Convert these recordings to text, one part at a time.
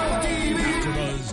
AfterBuzz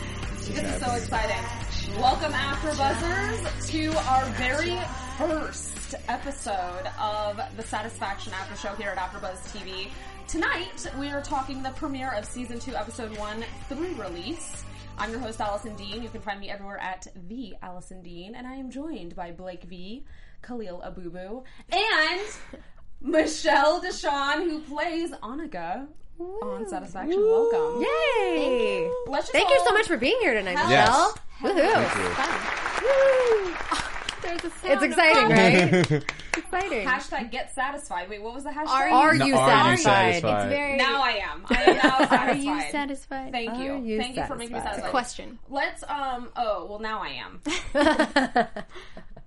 This is so exciting. Welcome, After Buzzers, to our very first episode of the Satisfaction After Show here at AfterBuzz TV. Tonight, we are talking the premiere of Season 2, Episode 1 through release. I'm your host, Allison Dean. You can find me everywhere at The Allison Dean, and I am joined by Blake V, Khalil Abubu, and Michelle Deshawn, who plays Annika on Satisfaction. Welcome. Yay! Let's just Thank you all- so much for being here tonight, Hell Michelle. Hell Woohoo! There's a It's sound exciting, effect. right? It's Exciting. Hashtag get satisfied. Wait, what was the hashtag? Are Are No, you are you satisfied? satisfied? It's very. now I am. I am now satisfied. are you satisfied? Thank you. Are you Thank you for making me satisfied? satisfied. Question. Let's um oh well now I am.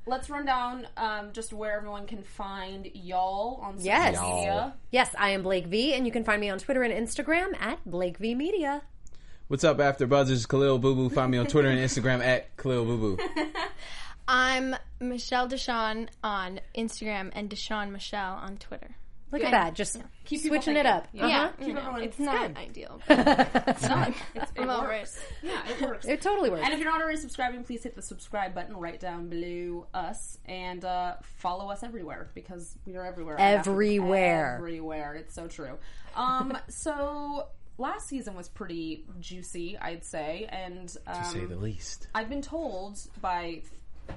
Let's run down um just where everyone can find y'all on social Yes. media. Yes, I am Blake V, and you can find me on Twitter and Instagram at Blake V Media. What's up, After Buzzers? Khalil Boo Boo. Find me on Twitter and Instagram at Khalil Boo Boo. I'm Michelle Deshawn on Instagram and Deshawn Michelle on Twitter. Look at that, just Keep people switching it thinking. up. Yeah. Uh-huh. you know, everyone- it's it's not good. ideal. But It's not. It's, it I'm over works. it. Yeah, it works. It totally works. and if you're not already subscribing, please hit the subscribe button right down below us and uh, follow us everywhere because we are everywhere. Everywhere. Everywhere. It's so true. Um, so last season was pretty juicy, I'd say. And um, Say the least. I've been told by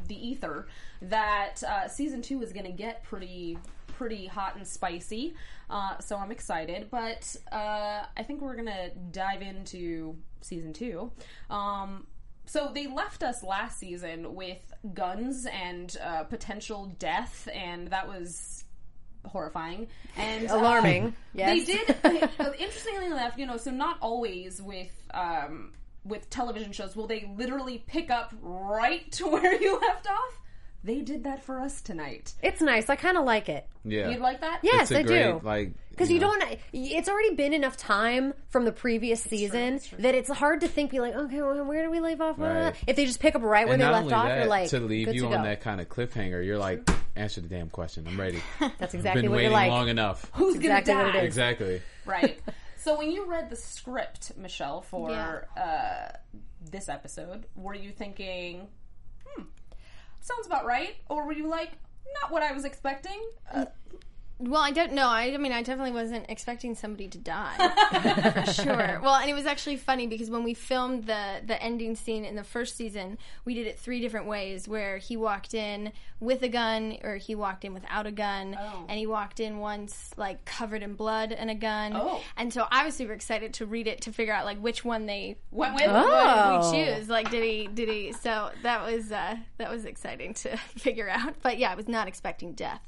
the ether that uh, season two is going to get pretty pretty hot and spicy. Uh, so I'm excited, but uh, I think we're going to dive into season two. Um, so they left us last season with guns and uh, potential death, and that was horrifying and uh, Alarming. Yes. they did. uh, interestingly enough, you know, so not always with um, with television shows will they literally pick up right to where you left off. They did that for us tonight. It's nice. I kind of like it. Yeah. You'd like that? Yes, It's a I great, do. Like Because you don't. It's already been enough time from the previous season that it's hard to think. Be like, okay, well, where do we leave off? Blah, blah, blah. Right. If they just pick up right where And they not left only off, that, you're like, to leave good you to on go. that kind of cliffhanger. You're like, answer the damn question. I'm ready. That's I've exactly been what you're waiting like. long enough. Who's exactly gonna what die? it is. Exactly. Right. so when you read the script, Michelle, for uh, this episode, were you thinking, hmm, sounds about right, or were you like, not what I was expecting? Well, I don't know. I, I mean, I definitely wasn't expecting somebody to die. sure. Well, and it was actually funny because when we filmed the the ending scene in the first season, we did it three different ways. Where he walked in with a gun, or he walked in without a gun, Oh. and he walked in once like covered in blood and a gun. Oh. And so I was super excited to read it to figure out like which one they Went with Oh. what did we choose? Like, did he? Did he? So that was uh, that was exciting to figure out. But yeah, I was not expecting death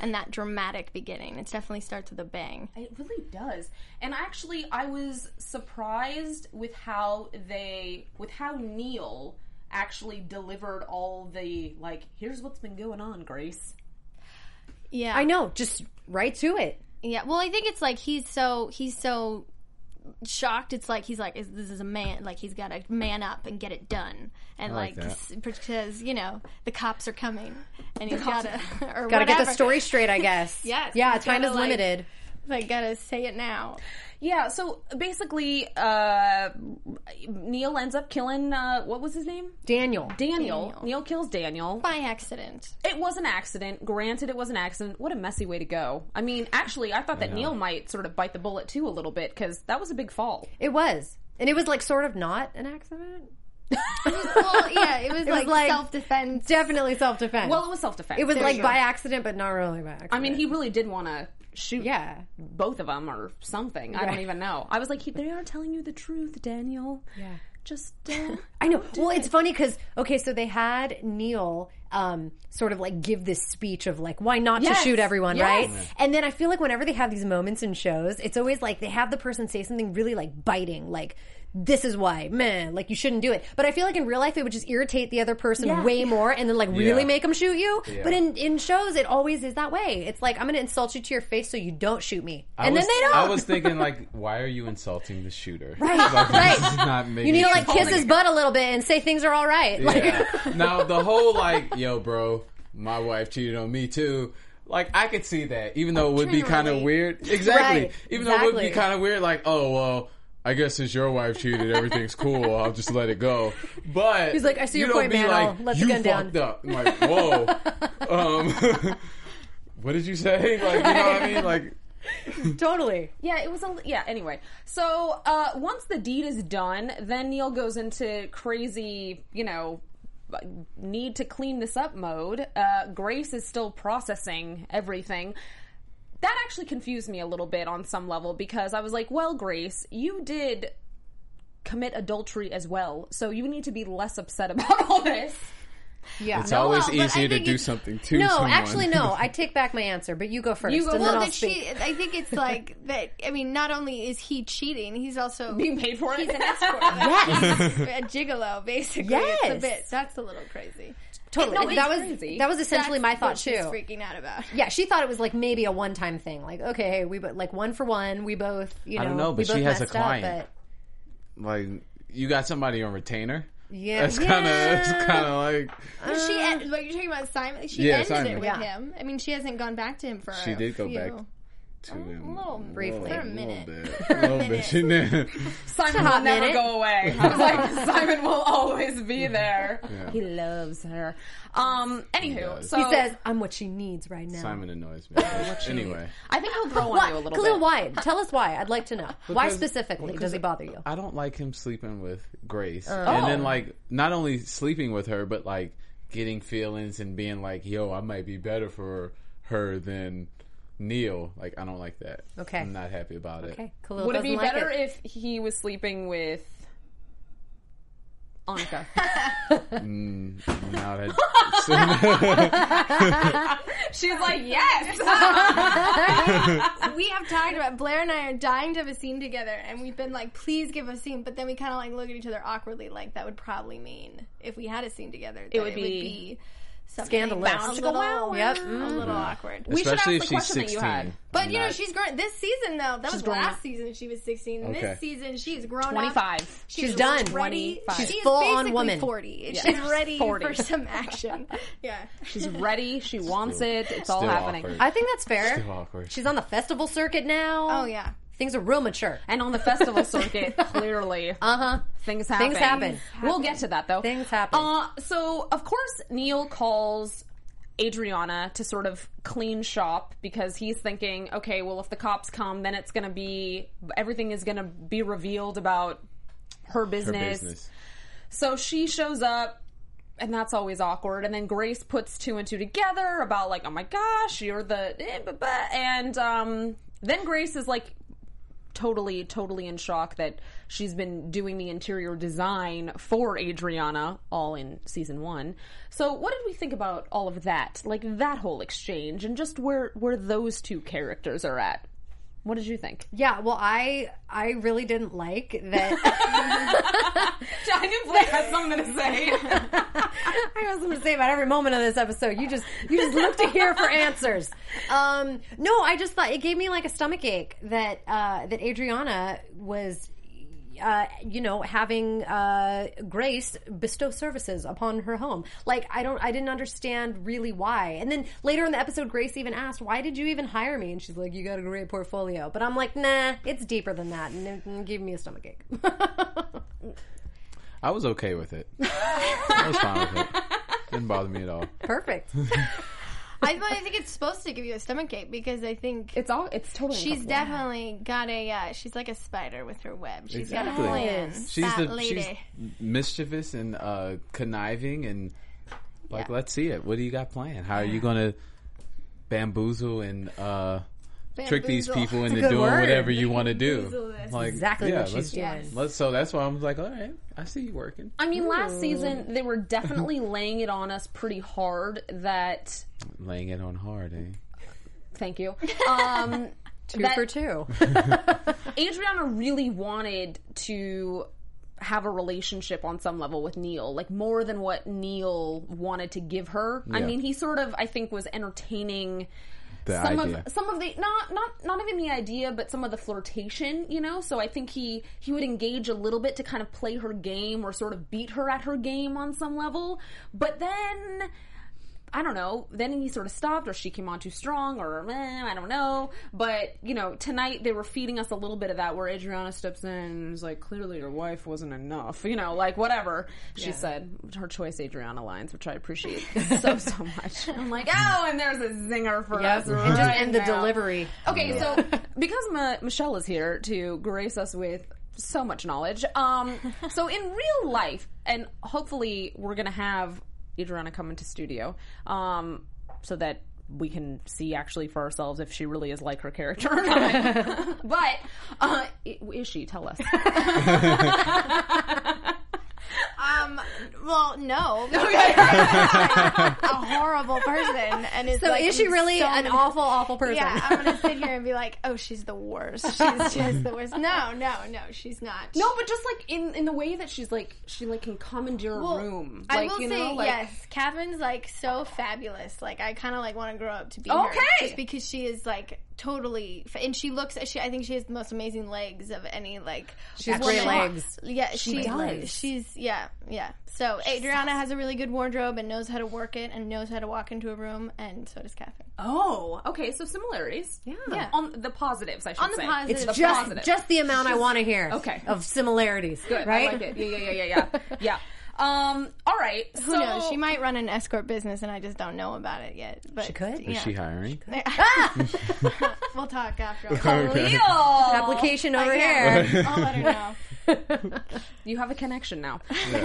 and that dramatic beginning. It definitely starts with a bang. It really does. And actually I was surprised with how they with how Neil actually delivered all the like here's what's been going on, Grace. Yeah, I know. Just right to it. Yeah, well, I think it's like he's so he's so shocked. It's like he's like is, this is a man. Like he's got to man up and get it done. And like like because you know the cops are coming, and he's got to or Got to get the whatever. story straight, I guess. Yes, Yeah. you Time gotta, is like- limited. Like gotta say it now. Yeah, so basically uh Neil ends up killing uh what was his name? Daniel. Daniel. Daniel. Neil kills Daniel. By accident. It was an accident. Granted, it was an accident. What a messy way to go. I mean, actually, I thought that Neil might sort of bite the bullet too a little bit because that was a big fall. It was, and it was like sort of not an accident. well, yeah, it was like, like- self defense. Definitely self defense. Well, it was self defense. It was like by accident, but not really by accident. I mean, he really did want to shoot yeah. both of them or something. I don't even know. I was like, he, they are telling you the truth, Daniel. Yeah. Just don't. I know. Well, it's funny because okay, so they had Neil um, sort of like give this speech of like why not Yes. to shoot everyone, Yes. right? And then I feel like whenever they have these moments in shows, it's always like they have the person say something really like biting, like this is why, man, like you shouldn't do it. But I feel like in real life it would just irritate the other person Yeah. way more, and then like really Yeah. make them shoot you. Yeah. But in in shows, it always is that way. It's like I'm going to insult you to your face so you don't shoot me, I and was, then they don't. I was thinking, like, why are you insulting the shooter? Right, right. This is not you making need to like sense. kiss his butt a little bit and say things are all right. Like, Yeah. now the whole like, yo, bro, my wife cheated on me too. Like I could see that, even though it would be kind of Generally. weird. Exactly. Right, Even though it would be exactly. kind of weird. Like, oh well, I guess since your wife cheated, everything's cool. I'll just let it go. But He's like, "I see you your don't point, be man. I'll Like, let the you gun down." fucked up. I'm like, whoa. um, what did you say? Like, you know what I mean? Like, totally. Yeah, it was a yeah. Anyway, so uh, once the deed is done, then Neil goes into crazy, you know, need to clean this up mode. Uh, Grace is still processing everything. That actually confused me a little bit on some level because I was like, well, Grace, you did commit adultery as well, so you need to be less upset about all this. Yeah. it's always well, but I easier to think do it's- something to No, someone. actually, no. I take back my answer, but you go first, You go- and well, then I'll that speak. she, I think it's like that. I mean, not only is he cheating, he's also Being paid for it. He's an escort. yes, a gigolo, basically. It's Yes. a bit. That's a little crazy. totally. no, it's that was crazy. that was essentially my That's thought what she's too. freaking out about. Yeah, she thought it was like maybe a one-time thing. Like, okay, hey, we bo- like one for one. We both, you know, I don't know, we but both she has a messed up, client. like, you got somebody on retainer. Yeah. that's kind of that's Yeah. kind of like But she, en- but you're talking about Simon. She Yeah, ended Simon. it with Yeah. him. I mean, she hasn't gone back to him for. She a did go few- back Oh, to him. little briefly. For a minute. Little bit. A little bit. She did. Simon Stop will never it. go away. I was like, Simon will always be there. He loves her. Um. Anywho, does. so but he says, "I'm what she needs right now." Simon annoys me. But anyway, I think he'll grow on Why, you a little Khalil, bit. why? Tell us why. I'd like to know. why Because- specifically because does he bother you? I don't like him sleeping with Grace, Uh, and oh. then like not only sleeping with her, but like getting feelings and being like, "Yo, I might be better for her than Neil." Like, I don't like that. Okay. I'm not happy about it. Okay, Khalil Would it be doesn't like better it. if he was sleeping with Annika? Now that She's like, yes. We have talked about Blair and I are dying to have a scene together, and we've been like, "Please give a scene," but then we kind of like look at each other awkwardly, like that would probably mean if we had a scene together, that it would would be be, something Scandalous. A Bound to go little, out. yep, Yep. a little awkward. We should ask the especially if she's question that you sixteen. had. But you know, Not- she's grown this season though. That was grown last up. season she was 16. Okay. This season she is grown up. 25. She's done. Ready. 25. She She's is full on basically woman. 40. Yeah. She's ready 40. for some action. Yeah. She's ready. She wants it. It's all Still happening. awkward. I think that's fair. Still awkward. She's on the festival circuit now. Oh yeah. Things are real mature. And on the festival circuit, clearly, Uh huh. things happen. Things happen. We'll get to that though. Things happen. Uh, so of course Neil calls Adriana to sort of clean shop because he's thinking, okay, well if the cops come, then it's gonna be everything is gonna be revealed about her Her business. business. So she shows up. And that's always awkward. And then Grace puts two and two together about like, oh my gosh, you're the eh, blah, blah. and um, then Grace is like totally, totally in shock that she's been doing the interior design for Adriana all in season one. So, what did we think about all of that? Like that whole exchange and just where where those two characters are at. What did you think? Yeah, well, I I really didn't like that. I knew Blair had something to say. I was going to say about every moment of this episode. You just you just look to here for answers. Um, no, I just thought it gave me like a stomach ache that uh, that Adriana was, uh, you know, having uh, Grace bestow services upon her home. Like I don't, I didn't understand really why. And then later in the episode, Grace even asked, "Why did you even hire me?" And she's like, "You got a great portfolio." But I'm like, nah, it's deeper than that, and it it gave me a stomach ache. I was okay with it. I was fine with it. Didn't bother me at all. Perfect. I, but I think it's supposed to give you a stomach ache because I think It's all. It's totally. she's uncomfortable. definitely got a. Uh, she's like a spider with her web. She's got Exactly. a plan. She's that the lady. she's mischievous and uh, conniving and like let's see it. What do you got planned? How are you gonna bamboozle and uh, trick these people It's a into good doing word. whatever you want to do. Bamboozle. That's Like exactly yeah, what she's let's- doing. Let's, so that's why I was like, all right, I see you working. I mean, last season they were definitely laying it on us pretty hard. That Laying it on hard, eh? thank you. Um, Two That- for two. Adriana really wanted to have a relationship on some level with Neil, like more than what Neil wanted to give her. I Yeah. mean, he sort of, I think, was entertaining The some idea. of some of the not not not even the idea, but some of the flirtation, you know. So I think he he would engage a little bit to kind of play her game or sort of beat her at her game on some level, but then. I don't know. Then he sort of stopped, or she came on too strong, or eh, I don't know. But you know, tonight they were feeding us a little bit of that, where Adriana steps in and is like, "Clearly, your wife wasn't enough." You know, like whatever she said. Her choice, Adriana lines, which I appreciate so so much. I'm like, oh, and there's a zinger for Yep. us, And just right end the now. delivery. Okay, so because Ma- Michelle is here to grace us with so much knowledge, um, so in real life, and hopefully we're gonna have Adriana come into studio, um, so that we can see actually for ourselves if she really is like her character or not. but uh, i- is she? Tell us. Um, well, no. a horrible person, and it's So like, is she really so an many- awful, awful person? Yeah, I'm gonna sit here and be like, oh, she's the worst. She's just the worst. No, no, no, she's not. No, but just like in in the way that she's like she like can commandeer a Well, room. I Like, will you say know, like, yes. Catherine's like so fabulous. Like I kind of like want to grow up to be her, Okay. just because she is like totally. Fa- and she looks. She I think she has the most amazing legs of any like. She's great legs. Yeah, she, does. like, She's yeah, yeah. So Adriana has a really good wardrobe and knows how to work it and knows how to walk into a room, and so does Catherine. Oh, okay. So similarities. Yeah. Yeah. On the positives, I should the say. positives. The It's just positives. just the amount I want to hear. Okay. Of similarities. Good. Right. I like it. Yeah, yeah, yeah, yeah, yeah. yeah. Um, all right. Who so knows? She might run an escort business, and I just don't know about it yet. But she could. Is Yeah. she hiring? we'll talk after. all. Leo, Application over Yeah, here. I'll let her know. you have a connection now.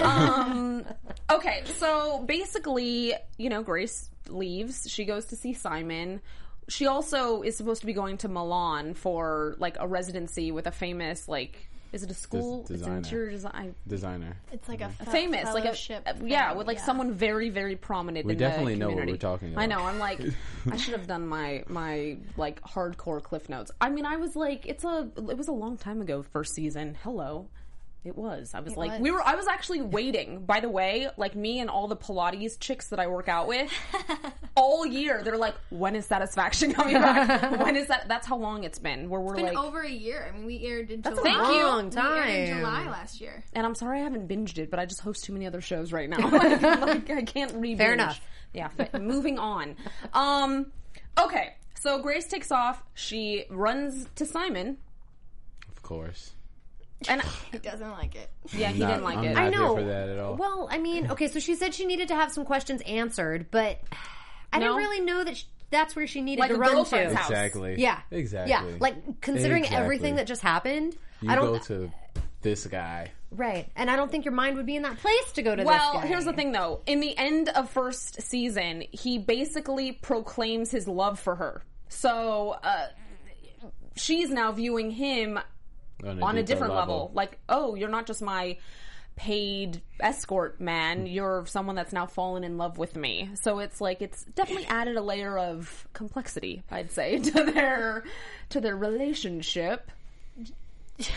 Um, okay, so basically, you know, Grace leaves. She goes to see Simon. She also is supposed to be going to Milan for like a residency with a famous like. Is it a school? It's designer. an interior design. Designer. It's like a fe- famous, like a fellowship uh, yeah, thing, with like someone very, very prominent. We in definitely the know what community. we're talking I about. know. I'm like, I should have done my my like hardcore cliff notes. I mean, I was like, it's a it was a long time ago. First season. Hello. It was. I was like, was. we were. I was actually waiting. By the way, like me and all the Pilates chicks that I work out with, all year they're like, when is Satisfaction coming back? when is that? That's how long it's been. Where we're It's been like, over a year. I mean, we aired in July. Thank you. Long We aired in time. July last year. and I'm sorry I haven't binged it, but I just host too many other shows right now. like, like, I can't re. Fair enough. Yeah. But moving on. Um. Okay. So Grace takes off. She runs to Simon, Of course. and He doesn't like it. yeah, he Not- didn't like I'm it. not I here know. for that at all. Well, I mean, okay. So she said she needed to have some questions answered, but I No? didn't really know that sh that's where she needed Like to a run to. girlfriend's house. Exactly. Yeah. Exactly. Yeah. Like considering Exactly. everything that just happened, you I don't go to this guy. right, and I don't think your mind would be in that place to go to. Well, this guy. here's the thing though. In the end of first season, he basically proclaims his love for her. So uh, she's now viewing him on a deeper different level. Like, oh, you're not just my paid escort man. You're someone that's now fallen in love with me. So it's like it's definitely added a layer of complexity, I'd say, to their to their relationship.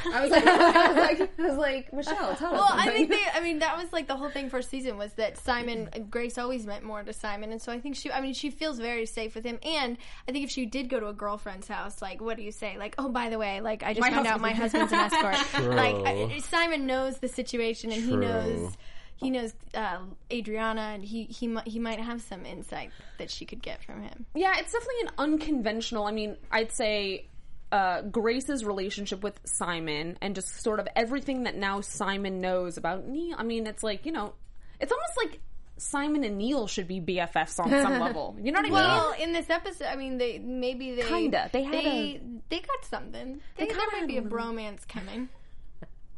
I was like, I was like, I was like Michelle, tell Well, us. I think they. I mean, that was like the whole thing for season was that Simon uh, Grace always meant more to Simon, and so I think she. I mean, she feels very safe with him, and I think if she did go to a girlfriend's house, like, what do you say? Like, oh, by the way, like I just My found out my husband's- husband's an escort. True. Like I, Simon knows the situation, and True. he knows. He knows uh, Adriana, and he he mi- he might have some insight that she could get from him. Yeah, it's definitely an unconventional. I mean, I'd say uh, Grace's relationship with Simon and just sort of everything that now Simon knows about Neil. I mean, it's like you know, it's almost like Simon and Neil should be BFFs on some level. You know what I mean? Well, in this episode, I mean, they maybe they Kinda. They had they, a- they got something. They They, there kinda might be a had a little- bromance coming.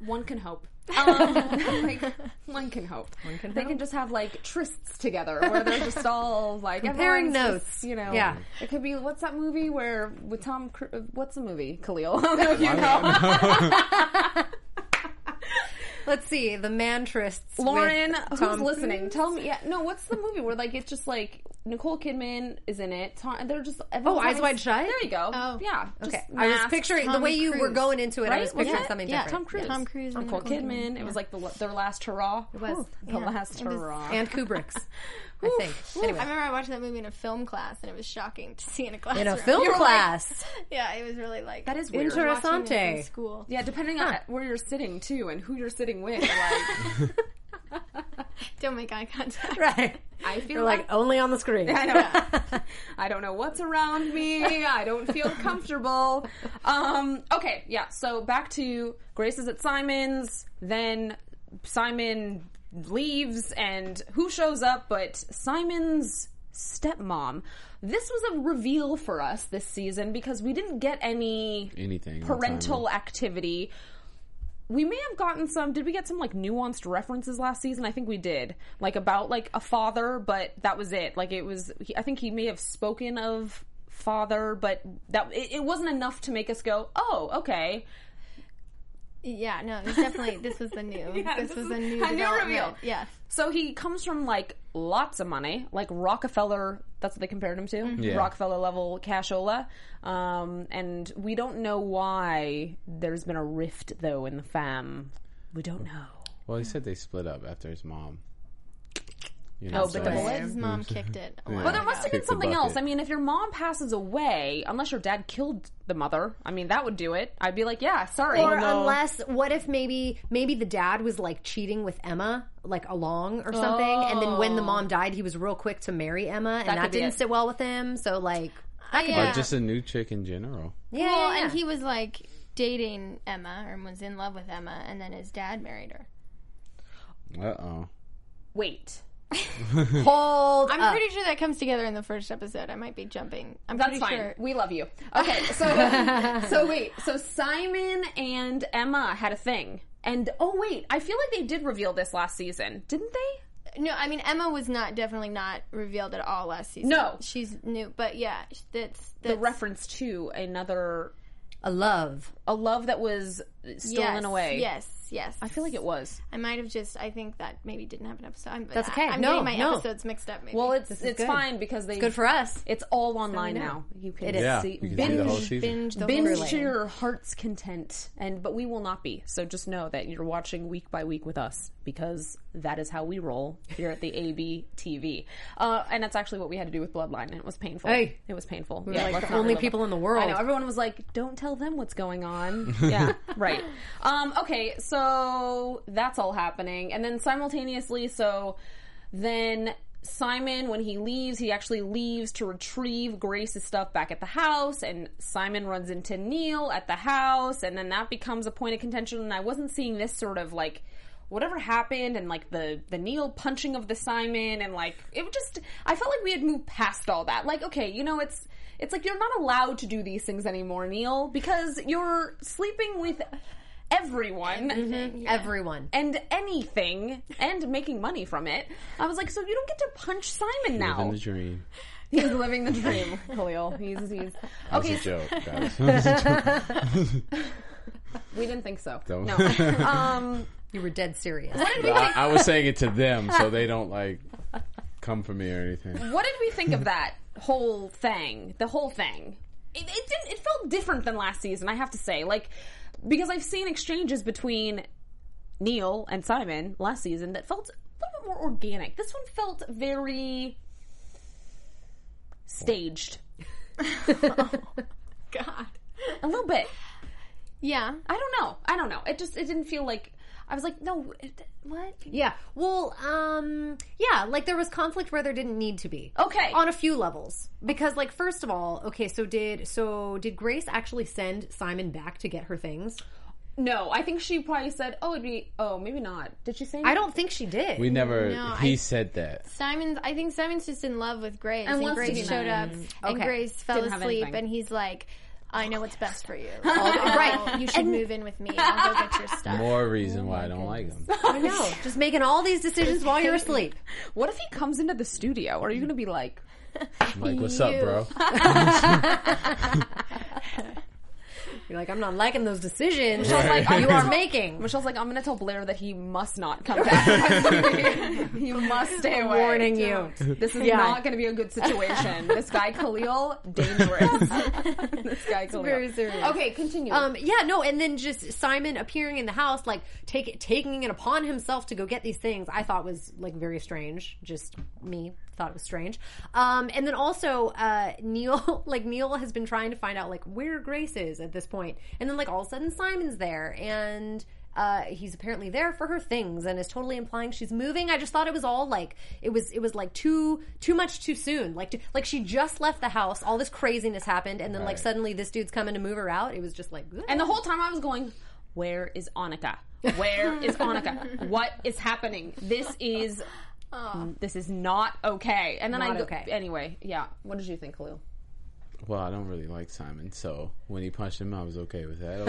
One can hope. Um, like, one can hope. One can. They can just have like trysts together where they're just all like Comparing everyone's just, notes. you know, Yeah. It could be what's that movie where with Tom? Cru- uh, What's the movie? Khalil. I don't know if you know. Let's see the mantrists. Lauren, with who's Tom listening? Tell me. Yeah, no. What's the movie where like it's just like Nicole Kidman is in it? Tom, they're just everyone's Oh, Eyes having- Wide Shut? There you go. Oh. yeah. just Okay, I was masks, picturing the Tom way you were Cruise. going into it. I Right? was Was picturing it? something yeah, different. Tom Cruise. Tom Cruise. and Nicole Nicole Kidman. It was like the, their last hurrah. It was. the last hurrah. and Kubrick's. I think. I Anyway, remember I watched that movie in a film class, and it was shocking to see in a classroom. in a film You were like- class. yeah, it was really like that is weird. Inter- watching it in Interessante. school. yeah, depending on where you're sitting too and who you're sitting with. Like, Don't make eye contact. right. I feel You're like "Oh, only on the screen. I know. I don't know what's around me. I don't feel comfortable. Um, okay, yeah. So back to Grace is at Simon's. Then Simon leaves, and who shows up but Simon's stepmom? This was a reveal for us this season because we didn't get any Anything on parental Simon. activity. We may have gotten some. Did we get some like nuanced references last season? I think we did. Like about like a father, but that was it. Like it was. He, I think he may have spoken of father, but that it, it wasn't enough to make us go, "Oh, okay." Yeah, no, it was definitely this was the new. this, this was is a new a new development. reveal. Yes. So he comes from like lots of money, like Rockefeller. That's what they compared him to, Yeah. Rockefeller level cashola. Um, and we don't know why there's been a rift though in the fam. We don't know. Well, he said they split up after his mom. You Oh, but the so- bullet? His mom kicked it. a lot. Well, there must have been Kick the something bucket. else. I mean, if your mom passes away, unless your dad killed the mother, I mean, that would do it. I'd be like, yeah, sorry. Or unless, what if maybe maybe the dad was like cheating with Emma, like along or something, and then when the mom died, he was real quick to marry Emma, and that, Oh. could be didn't it. sit well with him. So like, Or yeah. just a new chick in general. yeah, well, yeah, and yeah. he was like dating Emma and was in love with Emma, and then his dad married her. Uh oh. Wait. Hmm. hold. I'm up. pretty sure that comes together in the first episode. I might be jumping. I'm Oh. That's pretty fine. sure. We love you. Okay, so so wait. So Simon and Emma had a thing. And oh wait, I feel like they did reveal this last season, didn't they? No, I mean Emma was not definitely not revealed at all last season. No. she's new, but yeah, sh- that's The that's reference to another a love. a love that was stolen yes, away. Yes, yes. I feel like it was. I might have just. I think that maybe didn't have an episode. I'm, That's okay. I, am No, getting my no. episodes mixed up. Maybe. Well, it's is it's good. fine because they Good for us. It's all online now. You can It is. Yeah, see you can see the binge whole season. binge the whole binge thing. to your heart's content and but we will not be so just know that you're watching week by week with us because that is how we roll here at the ab tv uh, and that's actually what we had to do with bloodline and it was painful Hey. it was painful we We're like the only people in the world. I know everyone was like, "Don't tell them what's going on." yeah, right. Um, okay, so that's all happening, and then simultaneously, so then Simon, when he leaves, he actually leaves to retrieve Grace's stuff back at the house, and Simon runs into Neil at the house, and then that becomes a point of contention. And I wasn't seeing this sort of like. Whatever happened, and like the the Neil punching of the Simon, and like it just, I felt like we had moved past all that. Like, okay, you know, it's it's like you're not allowed to do these things anymore, Neil, because you're sleeping with everyone Everyone. and anything and making money from it. I was like, so you don't get to punch Simon now. Living the dream. He's living the dream, Khalil. He's, he's That was okay. a joke, guys. That was a joke. We didn't think so. Don't- No. Um, You were dead serious. I, I was saying it to them so they don't like come for me or anything. what did we think of that whole thing? The whole thing. It, it didn't. It felt different than last season. I have to say, like, because I've seen exchanges between Neil and Simon last season that felt a little bit more organic. This one felt very staged. God. A little bit. Yeah, I don't know. I don't know. It just. It didn't feel like. I was like, no. It, what? Yeah. Well, um, yeah, like there was conflict where there didn't need to be. Okay. On a few levels. Because like first of all, okay, so did so did Grace actually send Simon back to get her things? No. I think she probably said, oh, it'd be. Oh, maybe not. Did she say? I don't think she did. We never. No, he I- said that. Simon's. I think Simon's just in love with Grace, and, wants to Grace be showed up, married. and Okay. Grace fell Didn't have asleep, anything. and he's like, I know what's best for you. right. You should move in with me and go get your stuff. More reason why I don't like him. I know. Just making all these decisions while you're asleep. What if he comes into the studio? Are you going to be like, I'm like, what's up, You. bro? You're like, I'm not liking those decisions Right. you are making. Michelle's like, I'm going to tell Blair that he must not come back. you must stay away. Warning you. This is Yeah. not going to be a good situation. this guy Khalil, dangerous. this guy Khalil. very serious. Okay, continue. Um, yeah, no, and then just Simon appearing in the house, like take, taking it upon himself to go get these things, I thought was like very strange. Just me thought it was strange. Um, and then also uh, Neil, like Neil has been trying to find out like where Grace is at this point, and then like all of a sudden Simon's there, and uh, he's apparently there for her things, and is totally implying she's moving. I just thought it was all like it was it was like too too much too soon. Like too, like she just left the house, all this craziness happened, and then like Right. suddenly suddenly this dude's coming to move her out. It was just like, And the whole time I was going, where is Annika? Where is Annika? What is happening? This is this is not okay. And then I Oh. Not go, okay. anyway, yeah. What did you think, Khalil? Well, I don't really like Simon, so when he punched him, I was okay with that. I was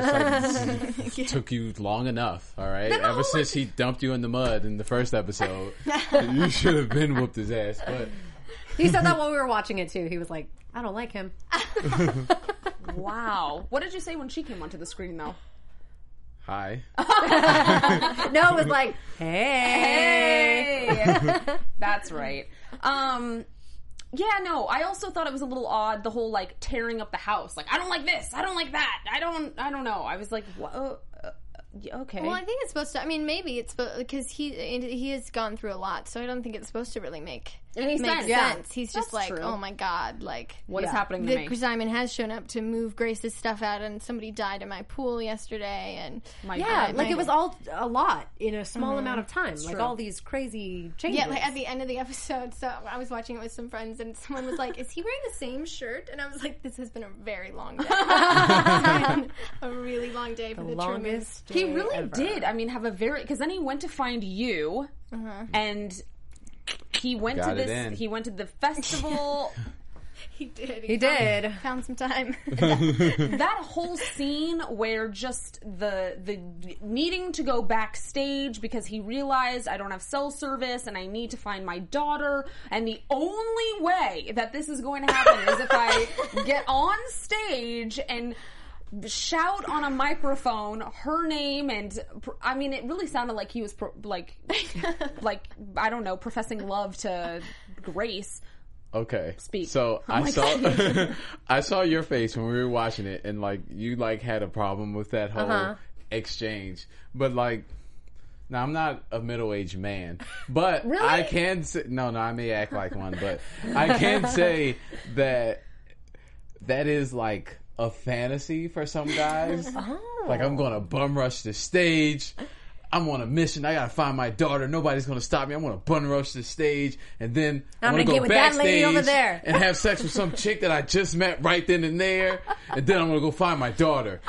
like, this is- took you long enough, all right? the Ever whole- since he dumped you in the mud in the first episode, you should have been whooped his ass. But he said that while we were watching it too. He was like, I don't like him. Wow. What did you say when she came onto the screen though? hi, No, it was like, hey. Hey. That's right. Um yeah, no. I also thought it was a little odd the whole like tearing up the house. Like I don't like this. I don't like that. I don't I don't know. I was like, "Whoa, uh, yeah, okay." Well, I think it's supposed to. I mean, maybe it's because he he has gone through a lot, so I don't think it's supposed to really make Any make sense. sense. Yeah. He's just That's like, true. oh my god, like What is happening to the, me? Simon has shown up to move Grace's stuff out, and somebody died in my pool yesterday, and my Yeah, God. like it was all a lot in a small amount of time. like true. all these crazy changes. Yeah, like at the end of the episode, so I was watching it with some friends, and someone was like, "Is he wearing the same shirt?" And I was like, "This has been a very long day, a really long day for the Trumans." longest. He day really ever. did. I mean, have a very because then he went to find you, Uh-huh. and he went Got to it this. in. He went to the festival. He did. He did. Found some time. that whole scene where just the the needing to go backstage because he realized I don't have cell service and I need to find my daughter, and the only way that this is going to happen is if I get on stage and. Shout on a microphone her name and pr- I mean it really sounded like he was pro- like like I don't know professing love to Grace Okay. Speak. So Oh my I saw I saw your face when we were watching it and like you like had a problem with that whole Uh-huh. exchange. But like now I'm not a middle-aged man, but I can say, no, no, I may act like one, but I can say that that is like a fantasy for some guys. Oh. Like I'm going to bum rush the stage. I'm on a mission. I gotta find my daughter. Nobody's gonna stop me. I'm gonna bum rush the stage, and then I'm I'm gonna gonna, get go with that backstage lady over there. and have sex with some chick that I just met right then and there, and then I'm gonna go find my daughter.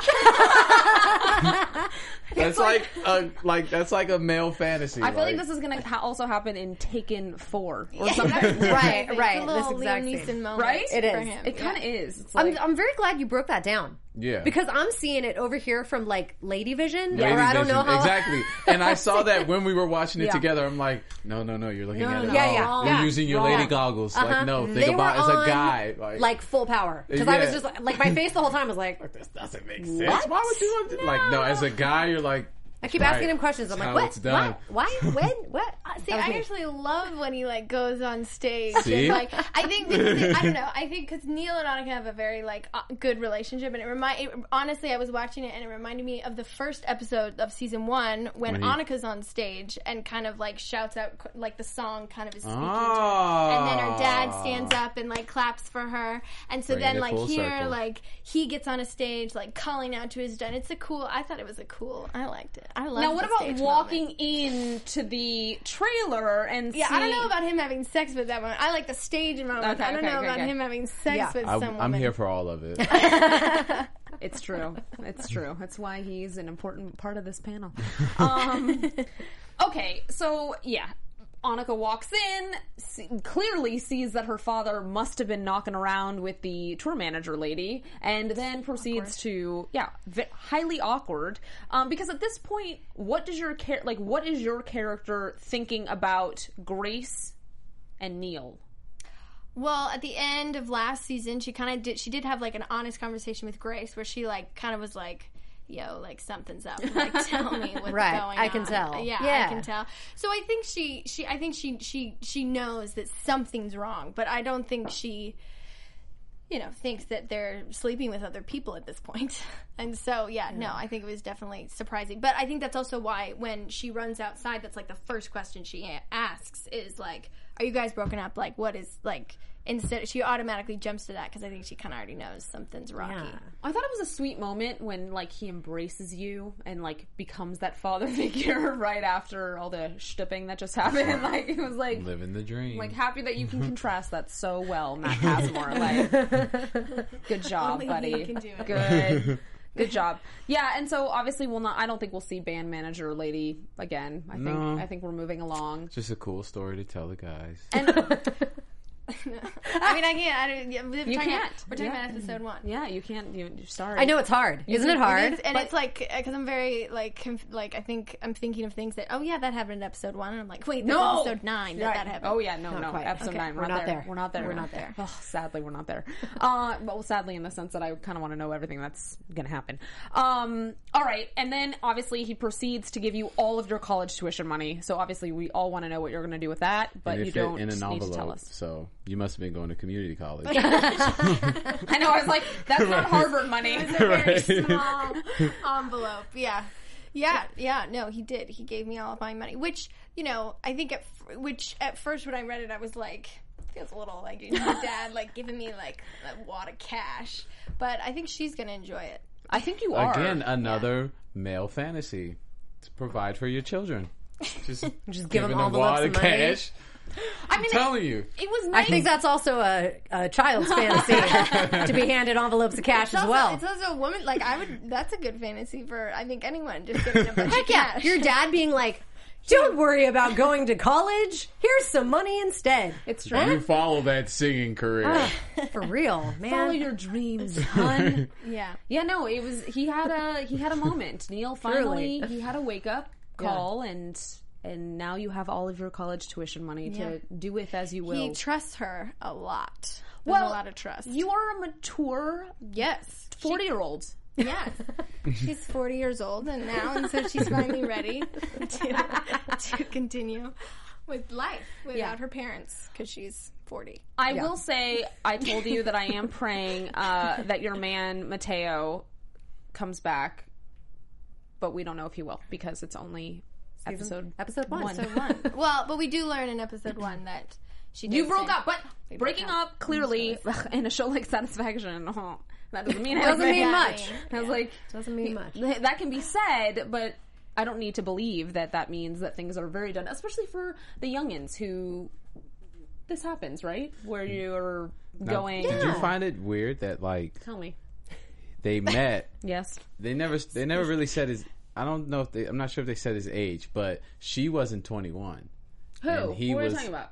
that's like, a like that's like a male fantasy. I feel like this is gonna ha- also happen in Taken Four or something. Right, It's right. A This little exact Liam scene. Neeson moment, Right? It is. For him. It kind Yeah. of is. It's like, I'm, I'm very glad you broke that down. Yeah. Because I'm seeing it over here from like Lady Vision, Lady or I don't vision. know how exactly. And I saw that when we were watching it Yeah. together. I'm like, no, no, no. You're looking at no, it. no. Yeah, wrong. yeah. You're Yeah. using your Wrong. Uh-huh. lady goggles. Like, no, think They about were it as a on, guy. like, full power because I Yeah. was just like my face the whole time was like This doesn't make sense. Why would you want to- like no? As a guy, you're like. I keep asking him questions. I'm like, what? Why? Why? When? What? Uh, See, That was I me. actually love when he like goes on stage. See? And, like, I think because they- I don't know. I think because Neil and Annika have a very like uh, good relationship, and it remind. It, honestly, I was watching it, and it reminded me of the first episode of season one when When he- Annika's on stage and kind of like shouts out c- like the song kind of is speaking. to her. Oh. And then her dad stands up and like claps for her, and so Bringing then it like full here, circle. like he gets on a stage, like calling out to his dad. It's a cool. I thought it was a cool. I liked it. I love. now, what the about stage walking moment. in to the trailer and Yeah, I don't know seeing- about him having sex with that one. I like the stage moment. Okay, I don't okay, know okay, about okay. him having sex Yeah. with I'm, someone. I'm here for all of it. It's true. It's true. That's why he's an important part of this panel. Um, okay, so yeah, Annika walks in, see, clearly sees that her father must have been knocking around with the tour manager lady, and then proceeds to yeah, v- highly awkward. Um, because at this point, what does your char- like what is your character thinking about Grace and Neil? Well, at the end of last season, she kind of did. She did have like an honest conversation with Grace, where she like kind of was like, "Yo, like something's up. Like, tell me what's Right. going on." I can tell. Yeah, Yeah. I can tell. So I think she, she, I think she, she, she knows that something's wrong, but I don't think she, you know, thinks that they're sleeping with other people at this point. And so, yeah, no, I think it was definitely surprising. But I think that's also why when she runs outside, that's like the first question she a- asks is like, "Are you guys broken up? Like, what is like?" Instead, she automatically jumps to that because I think she kind of already knows something's rocky. I thought it was a sweet moment when like he embraces you and like becomes that father figure right after all the shtipping that just happened. Like it was like Living Mm-hmm. the dream. like happy that you can contrast that so well, Matt Passmore. Like good job, buddy. he can do it. Good. Good job. Yeah, and so obviously we'll not I don't think we'll see band manager lady again. I think No. I think we're moving along. just a cool story to tell the guys. I mean, I can't. I don't, yeah, we're you can't. About, we're talking Yeah. about episode one. Yeah, you can't you you're sorry. I know it's hard. Isn't it hard? is, and it's like because I'm very like conf- like I think I'm thinking of things that oh yeah that happened in episode one and I'm like wait that's No! episode nine that that happened Oh yeah, no, no. quite. Episode Okay. nine. We're, We're not not there. there. We're not there. We're not there. Oh, sadly, we're not there. Uh, well, sadly, in the sense that I kind of want to know everything that's going to happen. Um, all right, and then obviously he proceeds to give you all of your college tuition money. So obviously, we all want to know what you're going to do with that, but And you it fit don't in an need to tell envelope, us. so you must have been going to community college. I know. I was like, that's not Harvard money. very small envelope. Yeah. Yeah, yeah, no, he did. He gave me all of my money, which you know, I think at f- which at first when I read it, I was like, feels a little like your dad like giving me like a wad of cash, but I think she's gonna enjoy it. I think you are. Again, another male fantasy to provide for your children. Just, just give 'em all the lumps of money. cash. I mean, telling you, it was. I Nice. think that's also a, a child's fantasy to be handed envelopes of cash as Also, well. it's also a woman like I would. That's a good fantasy for I think anyone just giving a bunch of Heck yeah. cash. Your dad being like, don't worry about going to college. Here's some money instead. It's you follow that singing career. for real, follow man. your dreams, hun. yeah. Yeah, no, it was he had a he had a moment. Neil finally he had a wake up call and and now you have all of your college tuition money to do with as you will. He trusts her a lot. There's Well, a lot of trust. you are a mature yes, forty year old. Yes. she's 40 years old and now, and so she's finally ready to, to continue with life without her parents because she's 40. I will say I told you that I am praying uh, that your man Mateo comes back, but we don't know if he will because it's only episode Episode one. Episode One. Well, but we do learn in episode one that she did You broke say- up, but breaking up. up clearly in a show like Satisfaction, oh, that doesn't mean Doesn't mean Yeah, much. I mean, I was like, Doesn't mean much. that can be said, but I don't need to believe that that means that things are very done, especially for the youngins who this happens, right? Where you're Mm. Now, going. Did you find it weird that like Tell me. they met? Yes. They never. They never really said his. I don't know if they. I'm not sure if they said his age, but she wasn't 21. Who? And he Who are you was- talking about?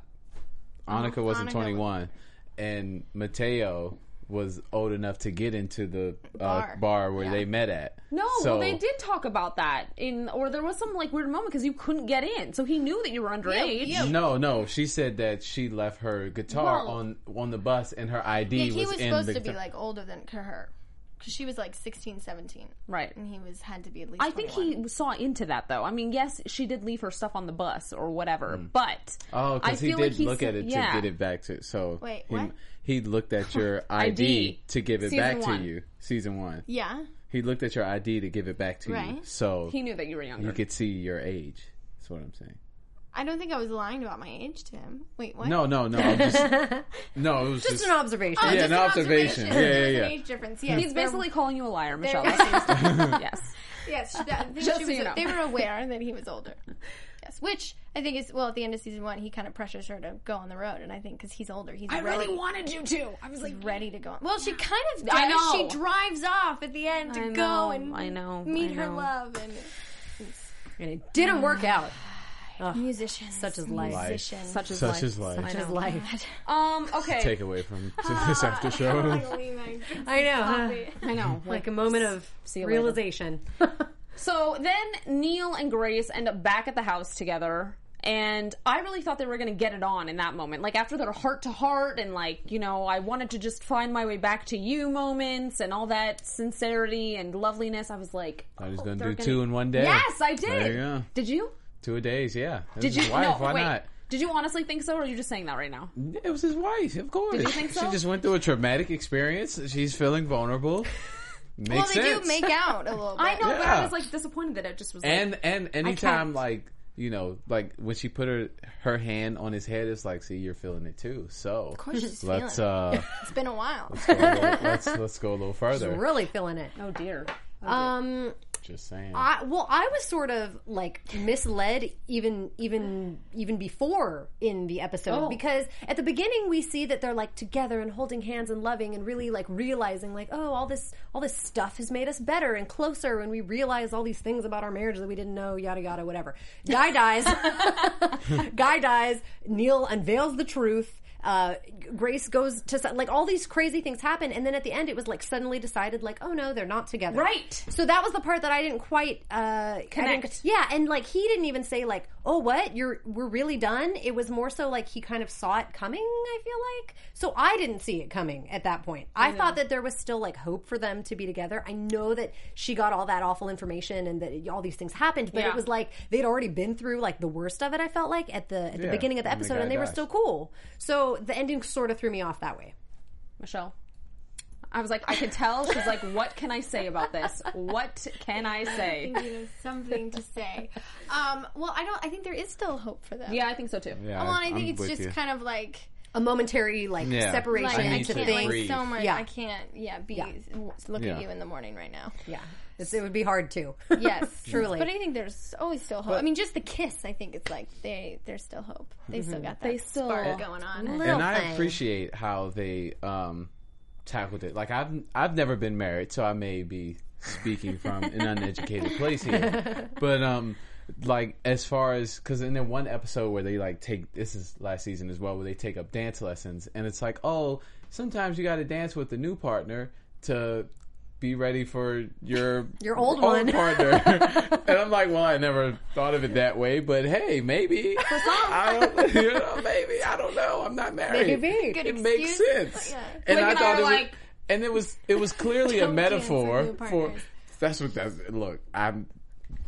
Annika wasn't Oh, Annika 21, and Mateo was old enough to get into the uh, bar. Bar. where they met at. No, So- well, they did talk about that in, or there was some like weird moment because you couldn't get in, so he knew that you were underage. yeah. No, no. She said that she left her guitar Well- on on the bus, and her ID Yeah, was, he was in supposed the to be guitar- like older than to her because she was like 16, 17. Right. And he was had to be at least I think he saw into that though. I mean, yes, she did leave her stuff on the bus or whatever, but Oh, I because he feel did like he look said- at it yeah. to get it back to. So Wait, he, what? he looked at your ID, ID. to give it Season back one. to you. Season one. Yeah. He looked at your ID to give it back to you, Right. so he knew that you were younger. you could see your age. That's what I'm saying. I don't think I was lying about my age to him. Wait, what? No, no, no. I'm just, no, it was just, Just an Oh, observation. Yeah, an observation. Yeah, There was yeah, an yeah. age difference. Yes, He's there- basically calling you a liar, Michelle. That seems- yes. Yes, she, that, I think Just she so was, you know. they were aware that he was older. Yes, which I think is well at the end of season one, he kind of pressures her to go on the road, and I think because he's older, he's ready, wanted you to. I was like, ready to go. on. Well, she kind of does. I know. She drives off at the end to I know, go and I know, meet I her know. love, and Mm. And it didn't work out. musicians, such is life. Life. musicians. Such as Such life. is life. Such is life. Um. Okay. Take away from this after Oh show. I know. huh? I know. Like a moment of See you later. realization. So then Neil and Grace end up back at the house together. And I really thought they were going to get it on in that moment. Like after their heart to heart and like, you know, I wanted to just find my way back to you moments and all that sincerity and loveliness. I was like, I was oh, gonna they're do two in one day. Yes, I did. There you go. Did you? Two a days. Yeah. It Did was you? His wife. no, Why wait. not? Did you honestly think so or are you just saying that right now? It was his wife, of course. Did you think so? She just went through a traumatic experience. She's feeling vulnerable. Makes well, they sense. do make out a little bit. I know, but I Yeah. was like disappointed that it just was like, and and can't. anytime like you know like when she put her her hand on his head, it's like, see, you're feeling it too. So Of course she's feeling. let's it. uh it's been a while. go a little- let's let's go a little further. really feeling it. oh dear. Um, just saying. I, well, I was sort of like misled even even even before in the episode Oh. because at the beginning we see that they're like together and holding hands and loving and really like realizing like oh all this all this stuff has made us better and closer and we realize all these things about our marriage that we didn't know yada yada whatever. Guy dies. Guy dies. Neil unveils the truth. Uh, Grace goes to like all these crazy things happen, and then at the end, it was like suddenly decided like, oh no, they're not together. Right. So that was the part that I didn't quite uh, I didn't- Connect. yeah, and like he didn't even say like, "Oh, what? You're we're really done." It was more so like he kind of saw it coming. I feel like so I didn't see it coming at that point. I thought that there was still like hope for them to be together. I know that she got all that awful information and that all these things happened, but Yeah. it was like they'd already been through like the worst of it. I felt like at the at the Yeah, Oh beginning of the when the episode, guy and they were dies. still cool. So the ending sort of threw me off that way. Michelle. I was like, I could tell. She's like, what can I say about this? What can I say? Thinking of something to say. Um, well, I don't. I think there is still hope for them. Yeah, I think so too. yeah, Well, and I I'm think it's with just you. kind of like, A momentary like Yeah. separation like I I, need into to can't things. like so much. Yeah. I can't. Yeah, be look Yeah. at you in the morning right now. Yeah, it's, it would be hard too. Yes, Truly. But I think there's always still hope. I mean, just the kiss. I think it's like they there's still hope. They Mm-hmm. still Oh. got that they still- spark going on. Little and I thing. appreciate how they um, tackled it. Like I've I've never been married, so I may be speaking from an uneducated place here. But um, like as far as because in the one episode where they like take this is last season as well, where they take up dance lessons, and it's like oh, sometimes you got to dance with the new partner to. Be ready for your Your old one. partner, and I'm like, well, I never thought of it that way, but hey, maybe I don't, you know, maybe I don't know. I'm not married. Maybe. Good it makes excuse. sense. Yeah. And Blake I and I thought are it was, like- and it was it was clearly a Don't dance with metaphor new for. partners. That's what that's. Look, I'm.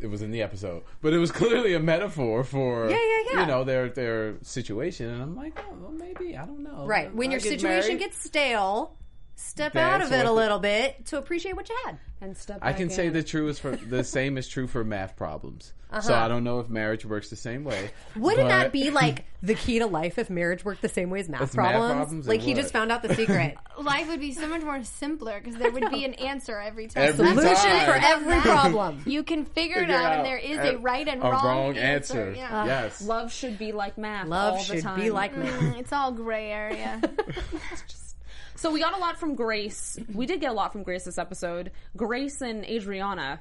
It was in the episode, but it was clearly a metaphor for Yeah, yeah, yeah. you know their their situation, and I'm like, oh, well, maybe I don't know. Right. When I your get situation married, gets stale, step That's out of it a what- little bit to appreciate what you had. And step I can say the true is for the same is true for math problems. So Uh-huh. I don't know if marriage works the same way. Wouldn't but- that be like the key to life if marriage worked the same way as math As math problems? problems, it like he would. just found out the secret. Life would be so much more simpler because there would be an answer every time. Every That's what time. I For love every that. problem. you can figure it Figure out, out and there is a, a- right and a wrong, wrong answer. answer. Yeah. yes, Love should be like math. Love all the should time. be like math. Mm, it's all gray area. So we got a lot from Grace. We did get a lot from Grace this episode. Grace and Adriana.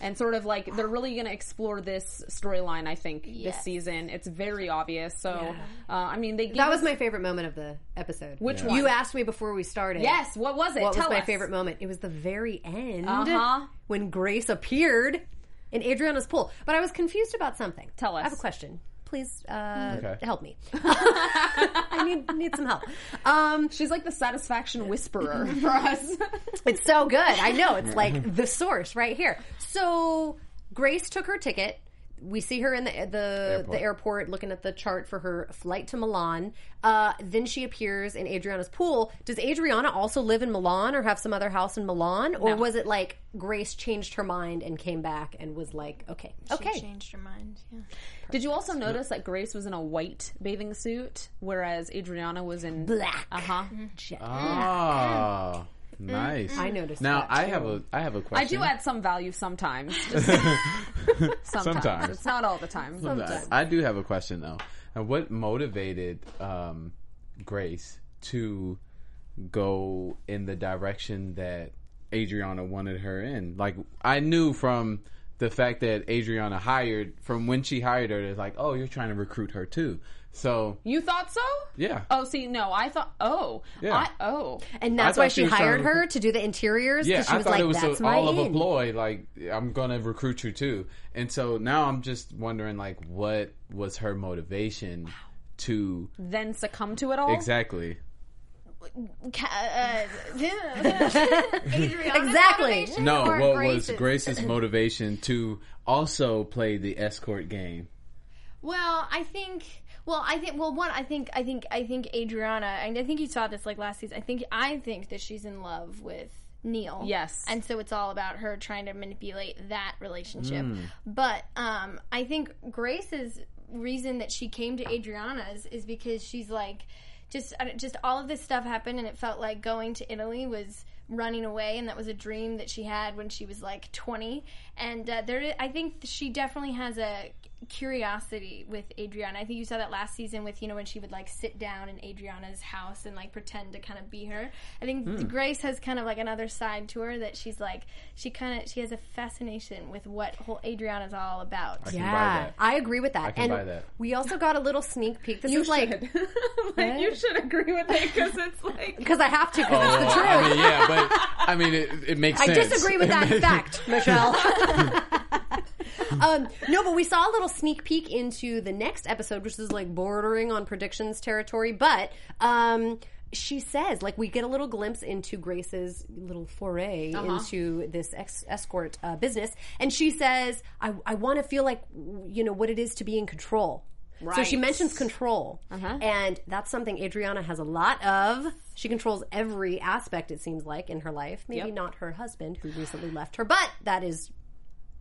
And sort of like they're really going to explore this storyline, I think, this Yes. season. It's very obvious. So, uh, I mean, they gave That was us- my favorite moment of the episode. Which Yeah. one? You asked me before we started. yes. What was it? What Tell was my us. favorite moment? It was the very end Uh-huh. when Grace appeared in Adriana's pool. But I was confused about something. Tell us. I have a question. Please uh, Okay. help me. I need need some help. Um, She's like the satisfaction whisperer for us. It's so good. I know. It's like the source right here. So Grace took her ticket. We see her in the the airport. the airport looking at the chart for her flight to Milan. Uh, then she appears in Adriana's pool. Does Adriana also live in Milan or have some other house in Milan, or was it like Grace changed her mind and came back and was like, okay, okay, She changed her mind. Yeah. Did you also notice that Grace was in a white bathing suit, whereas Adriana was in black. Uh huh. Jet. Ah, Mm-hmm. nice. I noticed Now that, I too. have a I have a I question. do add some value sometimes. Just sometimes. Sometimes. It's not all the time. I- I do have a question though. And what motivated um, Grace to go in the direction that Adriana wanted her in? Like I knew from the fact that Adriana hired from when she hired her, it's like, oh, you're trying to recruit her too. So You thought so? yeah, Oh, see, no, I thought. Oh, Yeah. I, oh, And I that's thought why she she was hired trying to- her to do the interiors. yeah, because she I was thought like, it was that's a, my all of a in." ploy. Like I'm gonna recruit you too. And so now I'm just wondering, like, what was her motivation to then succumb to it all. exactly? Ca- uh, Adriana's Exactly. motivation No, or what was Grace's? Grace's motivation to also play the escort game? Well, I think. Well, I think. Well, one, I think. I think. I think Adriana, and I think you saw this like last season. I think. I think that she's in love with Neil. Yes. and so it's all about her trying to manipulate that relationship. But um, I think Grace's reason that she came to Adriana's is because she's like, just I don't- just all of this stuff happened, and it felt like going to Italy was running away and that was a dream that she had when she was like 20 and uh, there i think she definitely has a curiosity with adriana i think you saw that last season with you know when she would like sit down in adriana's house and like pretend to kind of be her i think grace has kind of like another side to her that she's like she kind of she has a fascination with what whole adriana's all about I can buy Yeah, that. I agree with that. I can and buy that. we also got a little sneak peek. This is like like you should agree with it because it's like because I have to. 'cause Oh, it's the truth. I mean, yeah, but I mean, it, it makes I sense. disagree with that fact, Michelle. um, no, but we saw a little sneak peek into the next episode, which is like bordering on predictions territory. But um, she says, like, we get a little glimpse into Grace's little foray Uh-huh. into this ex- escort uh, business, and she says, "I, I want to feel like you know what it is to be in control." So she Right. Uh-huh. mentions control, and that's something Adriana has a lot of. She controls every aspect, it seems like, in her life. Maybe Yep. not her husband, who recently left her, but that is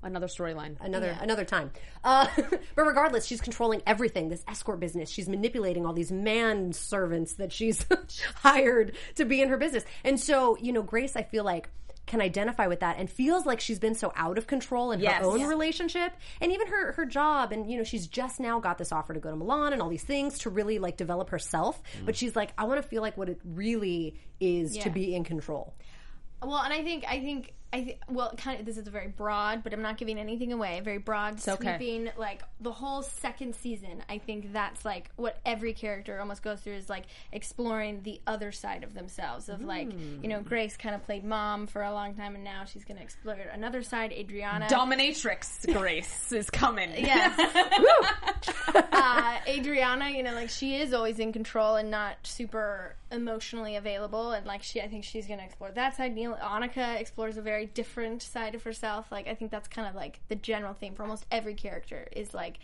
another storyline. another another time. Uh, but regardless, she's controlling everything. This escort business, she's manipulating all these man servants that she's hired to be in her business. And so, you know, Grace, I feel like can identify with that and feels like she's been so out of control in Yes. her own Yeah. relationship and even her her job and you know she's just now got this offer to go to Milan and all these things to really like develop herself Mm. but she's like I want to feel like what it really is to Yeah. be in control Well, and I think I think I th- well, kind of. This is very broad, but I'm not giving anything away. Very broad, okay. sweeping. Like the whole second season, I think that's like what every character almost goes through is like exploring the other side of themselves. Of like, you know, Grace kind of played mom for a long time, and now she's going to explore another side. Adriana, Dominatrix Grace is coming. Yes. uh, Adriana, you know, like she is always in control and not super emotionally available, and like she, I think she's going to explore that side. Neil, Annika explores a very different side of herself. Like I think that's kind of like the general theme for almost every character is like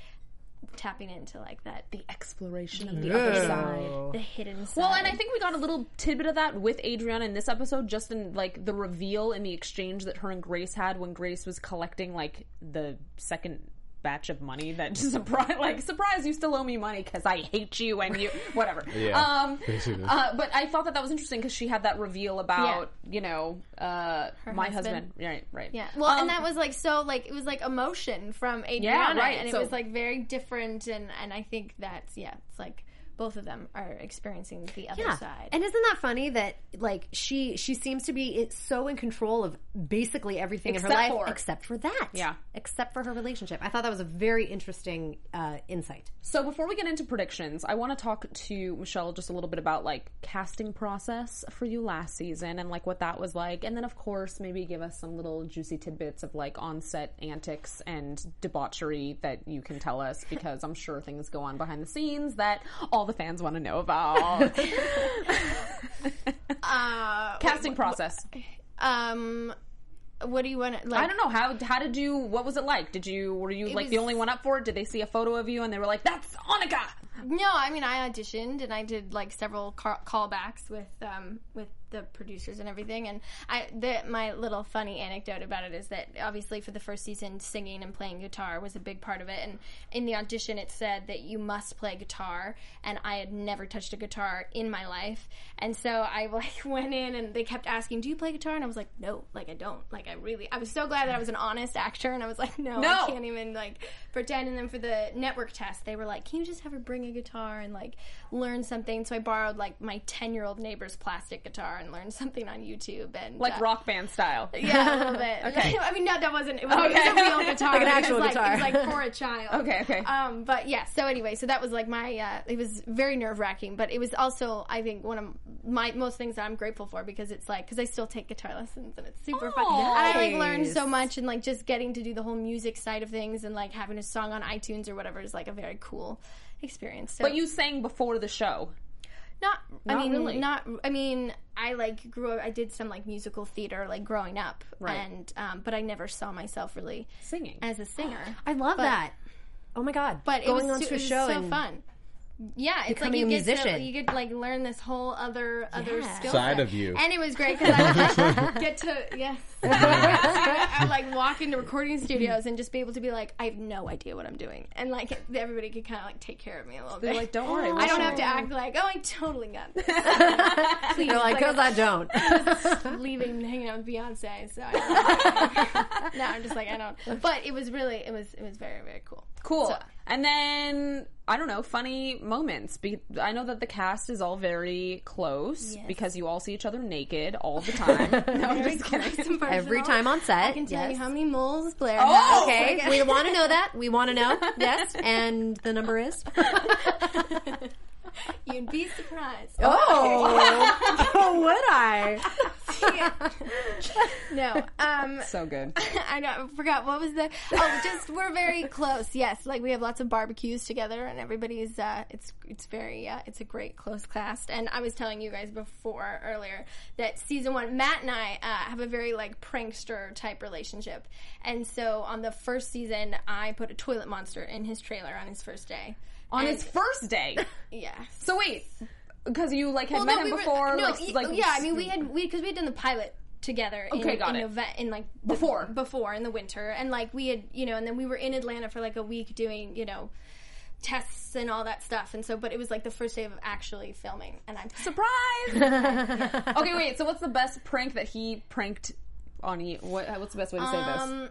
tapping into like that the Exploration of the other side, the hidden side. Well, and I think we got a little tidbit of that with Adriana in this episode, just in like the reveal and the exchange that her and Grace had when Grace was collecting like the second batch of money that surprise like surprise you still owe me money because i hate you and you whatever Yeah, um basically. uh, but i thought that that was interesting because she had that reveal about you know uh my husband. husband. right right Yeah. Well, Um, and that was like so like it was like emotion from Adriana, Yeah, right, and so- it was like very different, and and I think that's yeah, it's like both of them are experiencing the other side. And isn't that funny that like she she seems to be it- so in control of basically everything in her Except life for- except for that. Yeah. Except for her relationship. I thought that was a very interesting uh, insight. So before we get into predictions, I want to talk to Michelle just a little bit about like casting process for you last season and like what that was like, and then of course maybe give us some little juicy tidbits of like on set antics and debauchery that you can tell us because I'm sure things go on behind the scenes that all the fans want to know about. Uh, casting process. Um, what do you want? Like, I don't know how how did you? What was it like? Did you were you like the was- only one up for it? Did they see a photo of you and they were like, "That's Annika"? No, I mean I auditioned and I did like several car- callbacks with um with the producers and everything. And I the, my little funny anecdote about it is that obviously for the first season, singing and playing guitar was a big part of it. And in the audition, it said that you must play guitar, and I had never touched a guitar in my life. And so I like went in and they kept asking, "Do you play guitar?" And I was like, "No, like I don't. Like I really." I was so glad that I was an honest actor, and I was like, "No, No. I can't even like pretend." And then for the network test, they were like, "Can you just have her bring in?" a guitar and like learn something. So I borrowed like my ten year old neighbor's plastic guitar and learned something on YouTube and Like uh, rock band style. Yeah, a little bit. Okay. I mean, no, that wasn't. It was, it was Okay. a real guitar. Like an It was, actual like, guitar. It was like for a child. Okay, okay. Um, but yeah. So anyway, so that was like my. Uh, it was very nerve wracking, but it was also I think one of my most things that I'm grateful for because it's like because I still take guitar lessons and it's super fun. Oh, And I like learned nice. so much and like just getting to do the whole music side of things and like having a song on iTunes or whatever is like a very cool experience. So But you sang before the show. not, Not I mean really. not I mean I like grew up I did some like musical theater like growing up Right. and um, but I never saw myself really Singing. as a singer I love But- that. Oh my god! but going it was, on too- to it a was show so and fun yeah it's like becoming you a get musician. to, you get to, like learn this whole other other Yeah. skill Side set. of you. and it was great because I get to yes I, I, like walk into recording studios and just be able to be like I have no idea what I'm doing and like everybody could kind of like take care of me a little bit like, don't worry. I don't have to act like oh I totally got this You're like, because I don't. leaving hanging out with Beyonce. So I no, I'm just like I don't. But it was really it was it was very very cool. Cool. So- and then I don't know, funny moments. Be- I know that the cast is all very close Yes. because you all see each other naked all the time. no, I'm just kidding. Every time on set. I can tell yes. you how many moles Blair. Oh! Oh, Okay, we want to know that. We want to know. Yes, and the number is. you'd be surprised. oh would I? Oh, no, um, So good. I know. I forgot what was the. Oh, just we're very close. Yes, like we have lots of barbecues together, and everybody's. Uh, it's it's very. Uh, it's a great close class. And I was telling you guys before earlier that season one, Matt and I uh, have a very like prankster type relationship. And so on the first season, I put a toilet monster in his trailer on his first day. On And- his first day. yeah. So wait, because you like had Well, met no, him we were- before. no, like, y- like- yeah, I mean, we had we because we had done the pilot together. Okay, in, got in it. the vet- in like the- Before. before in the winter, and like we had, you know, and then we were in Atlanta for like a week doing, you know, tests and all that stuff. And so, but it was like the first day of actually filming, and I'm surprise. okay, wait. So what's the best prank that he pranked on you? What, what's the best way to say this? Um,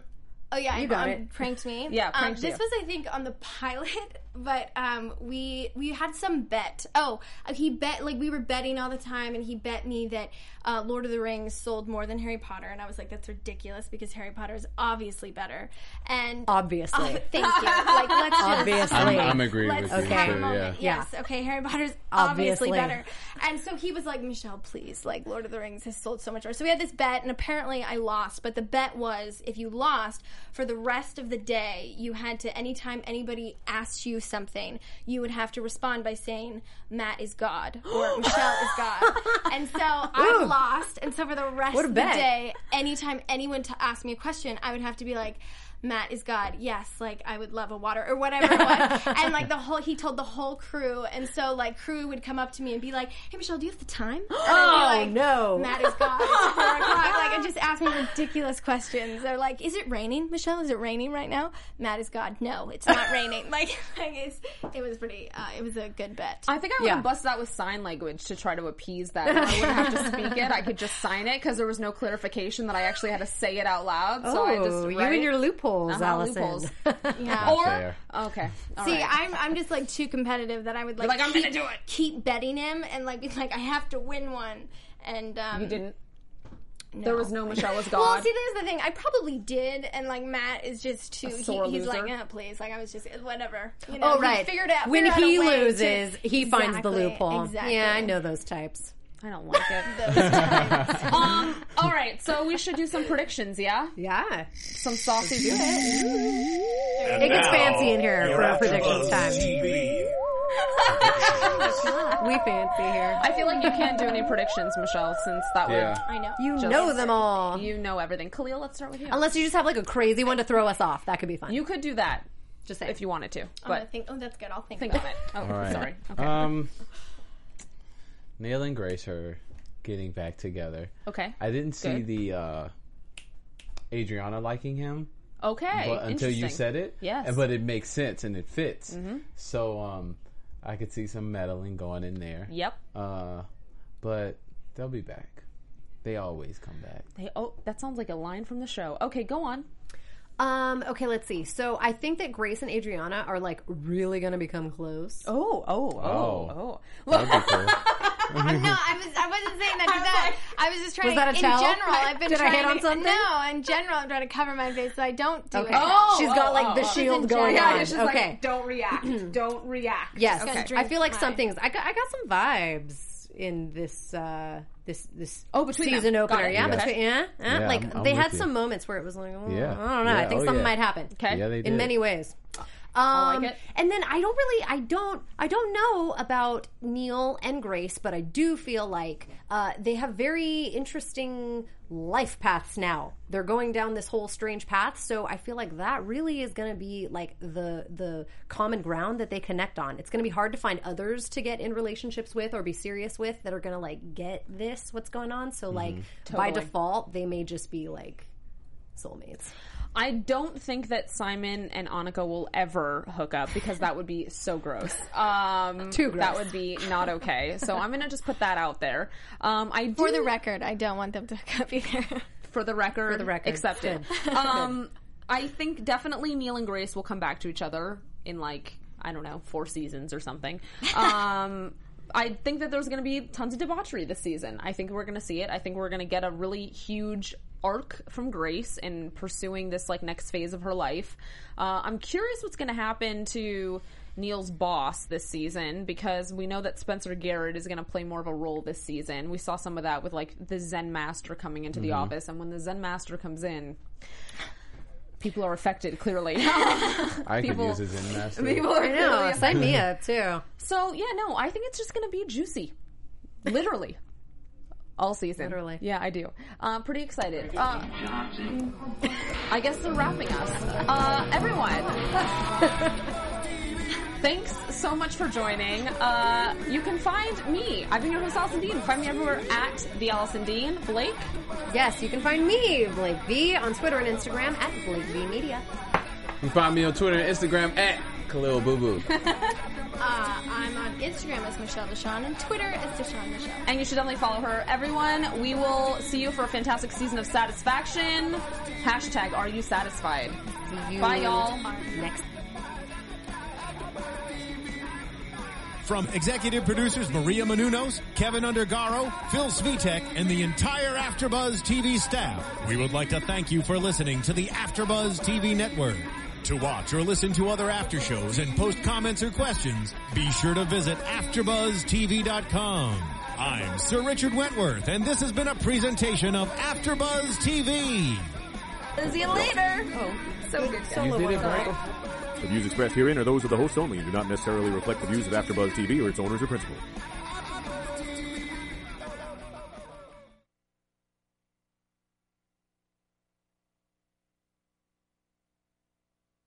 oh yeah, you got um, it. Pranked me. Yeah, Um, pranked you. this was I think on the pilot, but um, we we had some bet. Oh, uh, he bet like we were betting all the time, and he bet me that uh, Lord of the Rings sold more than Harry Potter, and I was like, that's ridiculous because Harry Potter is obviously better. And Obviously. Oh, thank you. Like let's just- Obviously. I'm, I'm agreeing Let's with you. have too, a moment. yeah. Yes. Okay. Harry Potter's obviously, Obviously. better. And so he was like, Michelle, please, like Lord of the Rings has sold so much more. So we had this bet, and apparently I lost. But the bet was if you lost for the rest of the day, you had to anytime anybody asked you something, you would have to respond by saying Matt is God or Michelle is God. And so I lost. And so for the rest What a of bet. the day, anytime anyone to ask me a question, I would have to be like. Matt is God. Yes, like I would love a water or whatever it was. and like the whole, he told the whole crew, and so like crew would come up to me and be like, "Hey Michelle, do you have the time?" And Oh, I'd be like, no. Matt is God. It's four o'clock. Like and just ask me ridiculous questions. They're like, "Is it raining, Michelle? Is it raining right now?" Matt is God. No, it's not raining. Like, like it's, it was pretty. Uh, it was a good bet. I think I would Yeah. have busted out with sign language to try to appease that. I wouldn't have to speak it. I could just sign it because there was no clarification that I actually had to say it out loud. So I just Oh, you read and it. your loopholes, Uh-huh, Allison. loopholes. yeah. Not Or there. okay, all See, right. I'm I'm just like too competitive that I would like, like, "I'm keep, gonna do it." Keep betting him and like be like I have to win one. And um, you didn't. There was no Michelle was God. Well, see, there's the thing. I probably did, and like Matt is just too. He, sore he's like, loser. uh, please. Like I was just whatever. You know, Oh, he right. Figured out when figured out he a way to- loses, he finds the Exactly, loophole. Exactly. Yeah, I know those types. I don't like it. um. All right, so we should do some predictions. Yeah, Yeah, some saucy. it gets fancy in here your for our AfterBuzz predictions time. TV. We fancy here. I feel like you can't do any predictions, Michelle, since that Yeah. would I know. You know them all, you know everything. Khalil, let's start with you. unless you just have like a crazy one to throw us off. That could be fun. you could do that just if you wanted to, I'm gonna but think. Oh, that's good. I'll think, think about on it. it. Oh, All right. sorry. Okay. Um, Neil and Grace are getting back together. okay. I didn't see Good. the uh, Adriana liking him Okay. but until you interesting. said it. Yes. Mm-hmm. and- But it makes sense and it fits. So um, I could see some meddling going in there. Yep. Uh, but they'll be back. They always come back. They, oh, that sounds like a line from the show. Okay, go on. Um, okay, let's see. So I think that Grace and Adriana are like really gonna become close. Oh, oh, oh, Oh. oh. That'd Look, be cool. No, I was I wasn't saying that to was that. like- I was just trying Was that a to, in towel? general. I've been Did I trying hit on to, something? No, in general, I'm trying to cover my face so I don't do Okay. it. Oh, she's got oh, like the oh, oh. shield She's in going general. on. yeah, it's just okay. like don't react, don't react. yes. gotta I drink feel like my- something's I got I got some vibes in this uh this this Oh, between them. season Got opener. it. Yeah, Yeah. between yeah, yeah. Yeah, like I'm- I'm they had with you. some moments where it was like, oh, Yeah. I don't know. I Yeah, think oh, something yeah. might happen. Okay. Yeah, they did. in many ways. Um, like it. And then I don't really, I don't, I don't know about Neil and Grace, but I do feel like uh, they have very interesting life paths now. They're going down this whole strange path, so I feel like that really is going to be like the the common ground that they connect on. It's going to be hard to find others to get in relationships with or be serious with that are going to like get this what's going on. So like by default, they may just be like soulmates. I don't think that Simon and Annika will ever hook up because that would be so gross. Um, Too gross. That would be not okay. So I'm gonna just put that out there. Um, I For do- the record, I don't want them to hook up either. for the record, for the record. accepted. Um, I think definitely Neil and Grace will come back to each other in like I don't know four seasons or something. Um, I think that there's going to be tons of debauchery this season. I think we're going to see it. I think we're going to get a really huge arc from Grace in pursuing this like next phase of her life. Uh, I'm curious what's going to happen to Neil's boss this season because we know that Spencer Garrett is going to play more of a role this season. We saw some of that with like the Zen Master coming into the office, and when the Zen Master comes in, people are affected clearly. I could People- use his in master. people are I know. clearly Sign me up too. so yeah, no, I think it's just going to be juicy, literally. All season. Literally. Yeah, I do. Uh, pretty excited. Uh, I guess they're wrapping us. Uh, everyone, thanks so much for joining. Uh, you can find me. I've been your host, Allison Dean. Find me everywhere at the Allison Dean. Blake, Yes, you can find me, Blake V, on Twitter and Instagram at Blake V Media. You can find me on Twitter and Instagram at Khalil Boo Boo. Uh, I'm on Instagram as Michelle Deshawn and Twitter as Deshawn Michelle. and you should definitely follow her. Everyone, we will see you for a fantastic season of satisfaction. Hashtag Are You Satisfied? See you Bye, y'all. Next. From executive producers Maria Manunos, Kevin Undergaro, Phil Svitek, and the entire Afterbuzz TV staff, we would like to thank you for listening to the Afterbuzz TV Network. To watch or listen to other after shows and post comments or questions, be sure to visit AfterbuzzTV.com. I'm Sir Richard Wentworth, and this has been a presentation of Afterbuzz TV. See you later. Oh, so good. You did it right. The views expressed herein are those of the hosts only and do not necessarily reflect the views of AfterBuzz TV or its owners or principals.